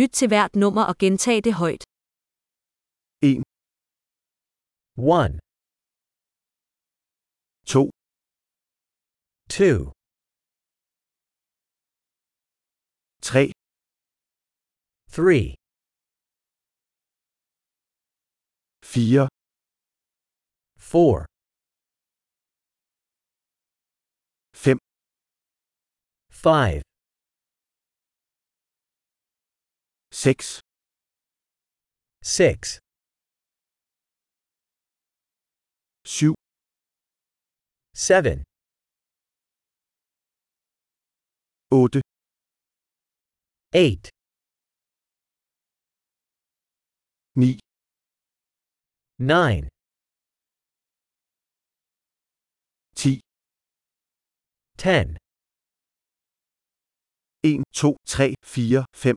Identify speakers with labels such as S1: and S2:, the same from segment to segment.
S1: Lyt til hvert nummer og gentag det højt.
S2: 1,
S3: 2,
S2: 2,
S3: 3,
S2: 3,
S3: 4,
S2: 4,
S3: 5,
S2: 5,
S3: 6,
S2: 6,
S3: 7,
S2: 7,
S3: 8,
S2: 8,
S3: 9,
S2: 9,
S3: 10,
S2: 10,
S3: 1, 2, 3, 4, 5,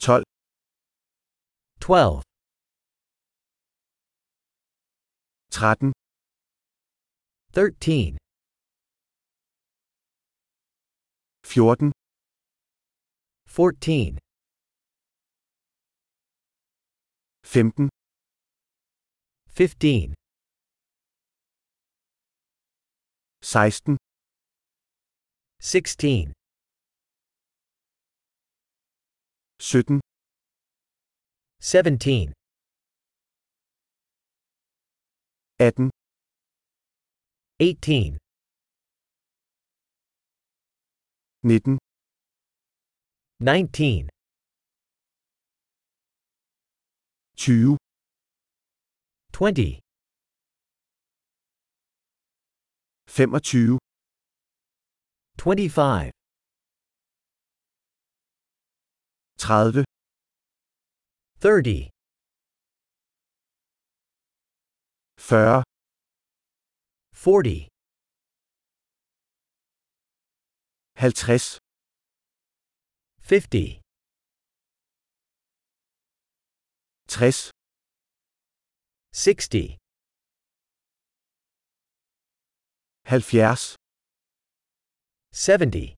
S3: 12,
S2: 12,
S3: 13,
S2: 13,
S3: 14,
S2: 14,
S3: 15,
S2: 15,
S3: 16,
S2: 16,
S3: 17,
S2: 17,
S3: 18,
S2: 18,
S3: 19,
S2: 19,
S3: 20,
S2: 20,
S3: 25,
S2: 25,
S3: 30,
S2: 30,
S3: 40,
S2: 40,
S3: 50,
S2: 50,
S3: 60,
S2: 60,
S3: 70,
S2: 70,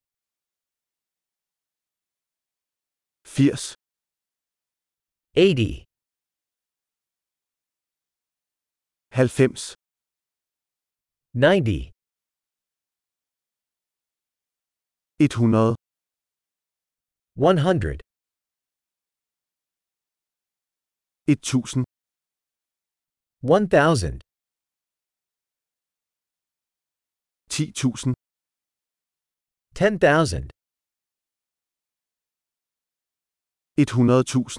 S3: 80,
S2: 80,
S3: 90,
S2: 90,
S3: 100,
S2: 100,
S3: 1000,
S2: 1000,
S3: 10000,
S2: 10,000,
S3: 100000,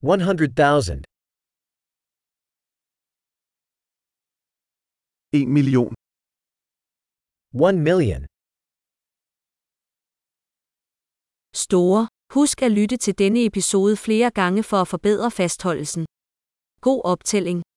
S2: 100,000,
S3: 1 million,
S2: 1 million.
S1: Store. Husk at lytte til denne episode flere gange for at forbedre fastholdelsen. God optælling.